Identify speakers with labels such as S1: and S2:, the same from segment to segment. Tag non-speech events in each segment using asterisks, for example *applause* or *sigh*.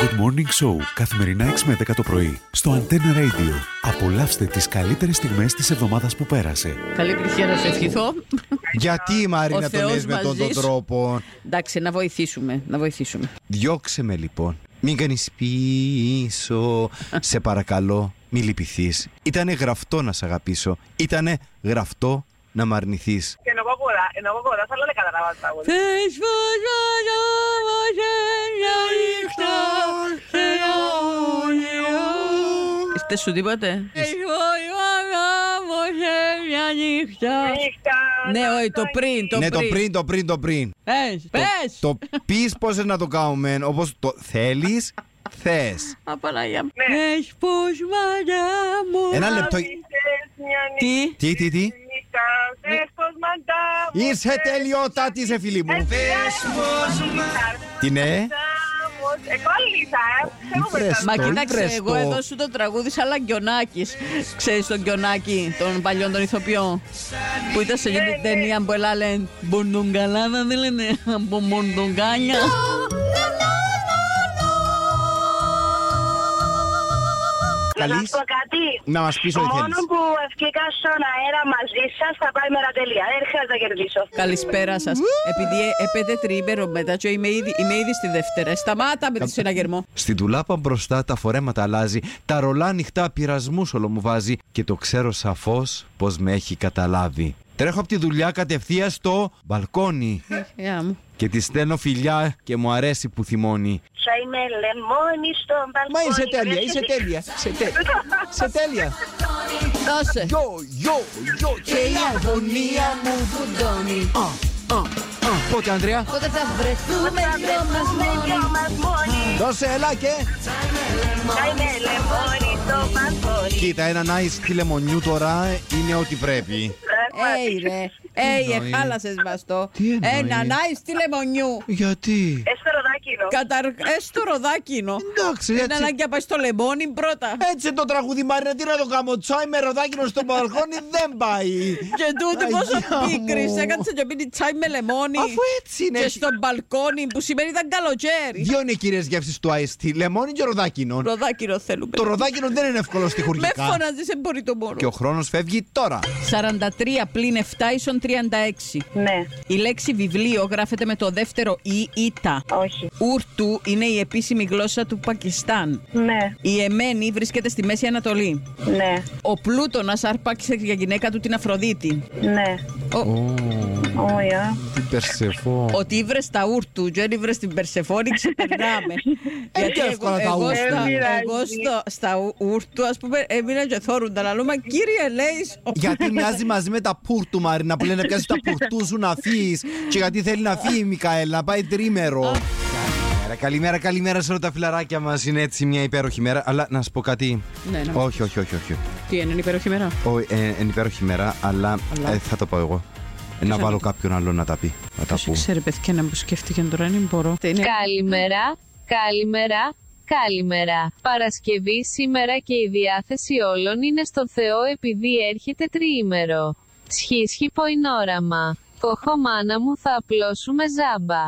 S1: Good Morning Show καθημερινά 6 με 10 το πρωί στο Antenna Radio. Απολαύστε τις καλύτερες στιγμές της εβδομάδας που πέρασε.
S2: Καλή επιτυχία να σου ευχηθώ.
S3: Γιατί η Μαρίνα τον
S2: Θεός
S3: λες με
S2: μαζί
S3: τον, τον
S2: σου.
S3: τρόπο.
S2: Εντάξει, να βοηθήσουμε. Να βοηθήσουμε.
S3: Διώξε με λοιπόν. Μην κάνεις πίσω. σε παρακαλώ, μη λυπηθείς. Ήτανε γραφτό να σε αγαπήσω. Ήτανε γραφτό να μ' αρνηθείς.
S4: Que no va a cobrar, eh, no va a cobrar, solo le cantará más agua.
S2: Θες πως νύχτα Θες σου τίποτε. νύχτα Ναι, όχι, το πριν, το
S3: ναι,
S2: πριν.
S3: το πριν, το πριν, το πριν.
S2: Πες, πες.
S3: Το πεις πώς να το κάνουμε, όπως το θέλεις, θες.
S2: Απαναγία μου. Θες πως μάνα μου.
S3: Ναι. Ένα λεπτό.
S2: Τι.
S3: Τι, τι, τι.
S4: Después mandamos.
S3: Είσαι τελειότατη, σε φίλη μου.
S4: Ε,
S3: Τι ναι.
S2: Μα
S3: Τον
S2: κοίταξε,
S3: βρες
S2: εγώ
S3: το.
S2: εδώ σου το τραγούδισα, αλλά Γκιονάκη. Ξέρεις τον Γκιονάκη, τον παλιόν τον ηθοποιό. Που ήταν σε εκείνη την ταινία που έλα λένε Μποντογκαλάδα, δεν λένε από Μποντογκάνια.
S3: Καλής.
S4: κάτι.
S3: Να μας πεις ό,τι
S4: Μόνο
S3: θέλεις.
S4: που ευκήκα στον αέρα μαζί σας θα πάει μέρα τελεία. Δεν χρειάζεται να κερδίσω.
S2: Καλησπέρα σας. Επειδή ε- έπεται τριήμερο μετά, και είμαι ήδη, είμαι ήδη στη Δευτέρα. Σταμάτα με τη συναγερμό.
S3: Στην τουλάπα μπροστά τα φορέματα αλλάζει, τα ρολά ανοιχτά πειρασμούς όλο μου βάζει και το ξέρω σαφώς πως με έχει καταλάβει. Τρέχω από τη δουλειά κατευθείαν στο μπαλκόνι
S2: Γεια μου.
S3: και τη στέλνω φιλιά και μου αρέσει που θυμώνει.
S4: Θα είμαι λεμόνι στον μπαλκόνι.
S3: τέλεια, είσαι τέλεια. Σε τέλεια.
S2: Δώσε.
S3: Γιο, γιο, γιο και η αγωνία μου.
S2: Φουντώνει.
S3: Πότε, Ανδρέα,
S2: Πότε θα βρεθούμε δυο μας μόνοι.
S3: δώσε έλα και.
S4: Θα είμαι λεμόνι στον μπαλκόνι.
S3: Κοίτα, ένα nice τη λεμονιού τώρα είναι ό,τι πρέπει.
S2: Έι ρε, έι
S3: εννοεί?
S2: εχάλασες μας το.
S3: Τι εννοεί?
S2: Ένα νάι στη λεμονιού.
S3: Γιατί.
S4: Έστερο δάκινο.
S2: Καταρχάς το ροδάκινο.
S3: Εντάξει,
S2: Είναι ανάγκη να πάει στο λεμόνι πρώτα.
S3: Έτσι το τραγούδι Μαρίνα, τι να το κάνω, τσάι με ροδάκινο στο μπαλκόνι δεν πάει.
S2: Και τούτο
S3: Αγιά
S2: πόσο
S3: μου.
S2: πίκρης έκατσε και πίνει τσάι με λεμόνι.
S3: Αφού έτσι είναι.
S2: Ναι. Και στο μπαλκόνι που σημαίνει ήταν καλοκαίρι.
S3: Δύο είναι οι κυρίες γεύσεις του IST, λεμόνι και ροδάκινο.
S2: Ροδάκινο θέλουμε.
S3: Το ροδάκινο δεν είναι εύκολο στη
S2: Με
S3: χουργικά.
S2: φωνάζεις δεν μπορεί το μόνο.
S3: Και ο χρόνος φεύγει τώρα.
S2: 43 πλην 7 ίσον 36.
S4: Ναι,
S2: Η λέξη βιβλίο γράφεται με το δεύτερο ή ήτα.
S4: όχι.
S2: Ούρτου είναι η επίσημη γλώσσα του Πακιστάν.
S4: Ναι,
S2: Η Εμένη βρίσκεται στη Μέση Ανατολή.
S4: ναι,
S2: Ο Πλούτονας αρπάξε για γυναίκα του την Αφροδίτη.
S4: ναι.
S2: Ο,
S4: Ωραία.
S3: Τι περσεφό.
S2: Ότι ήβρε τα ούρτου, και δεν ήβρε την Περσεφόνη,
S3: *laughs*
S2: ξεπερνάμε.
S3: και εύκολα Ε, τα ούρτου.
S2: στα,
S4: Ε, μοιράζει.
S2: εγώ στο- στα ου- ούρτου, ας πούμε, έμεινα και θόρουν τα λέμε, κύριε Λέης, ο-
S3: Γιατί μοιάζει μαζί με τα πούρτου Μαρίνα που λένε να πιάσει τα πουρτού σου να φύγει. Και γιατί θέλει να φύγει η Μικαέλα, να πάει τρίμερο. Καλημέρα, Καλημέρα, καλημέρα σε όλα τα φιλαράκια μας. Είναι έτσι μια υπέροχη μέρα. Αλλά να σου πω κάτι.
S2: Ναι, ναι.
S3: Όχι, όχι, όχι, όχι.
S2: Τι είναι, είναι υπέροχη μέρα.
S3: Ω, ε, εν υπέροχη μέρα, αλλά ε, θα το πω εγώ. Να βάλω κάποιον άλλον να τα πει. Να τα
S2: Δεν
S3: πω.
S2: ξέρει, παιδιά, να μου σκέφτηκε τώρα, δεν μπορώ. Είναι-
S5: Καλημέρα, καλημέρα, καλημέρα. Παρασκευή σήμερα και η διάθεση όλων είναι στον Θεό επειδή έρχεται τριήμερο. Σχίσχυ ποινόραμα. Κοχό μάνα μου θα απλώσουμε ζάμπα.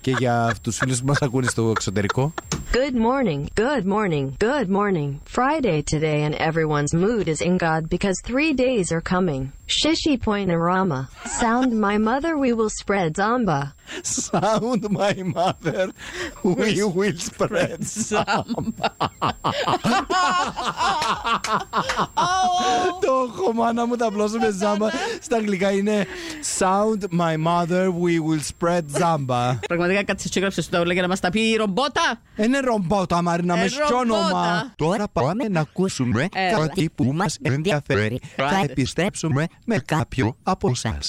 S3: Και για τους φίλους που μας ακούνε στο εξωτερικό.
S6: Good morning, good morning, good morning. Friday today and everyone's mood is in God because three days are coming. Shishi point Narama. Sound my mother we will spread Zamba.
S3: Sound my mother, we will spread. Το χωμάνα μου τα πλώσουμε ζάμπα. Στα αγγλικά είναι Sound my mother, we will spread zamba.
S2: Πραγματικά κάτσε και έγραψε τα όλα για να μας τα πει η ρομπότα.
S3: Είναι ρομπότα, Μαρίνα,
S2: Ε,
S3: με
S2: ρομπότα.
S3: σιώνομα.
S7: Τώρα πάμε να ακούσουμε
S3: Ε,
S2: Έλα.
S7: κάτι που μας ενδιαφέρει. Θα επιστρέψουμε με κάποιο από εσάς.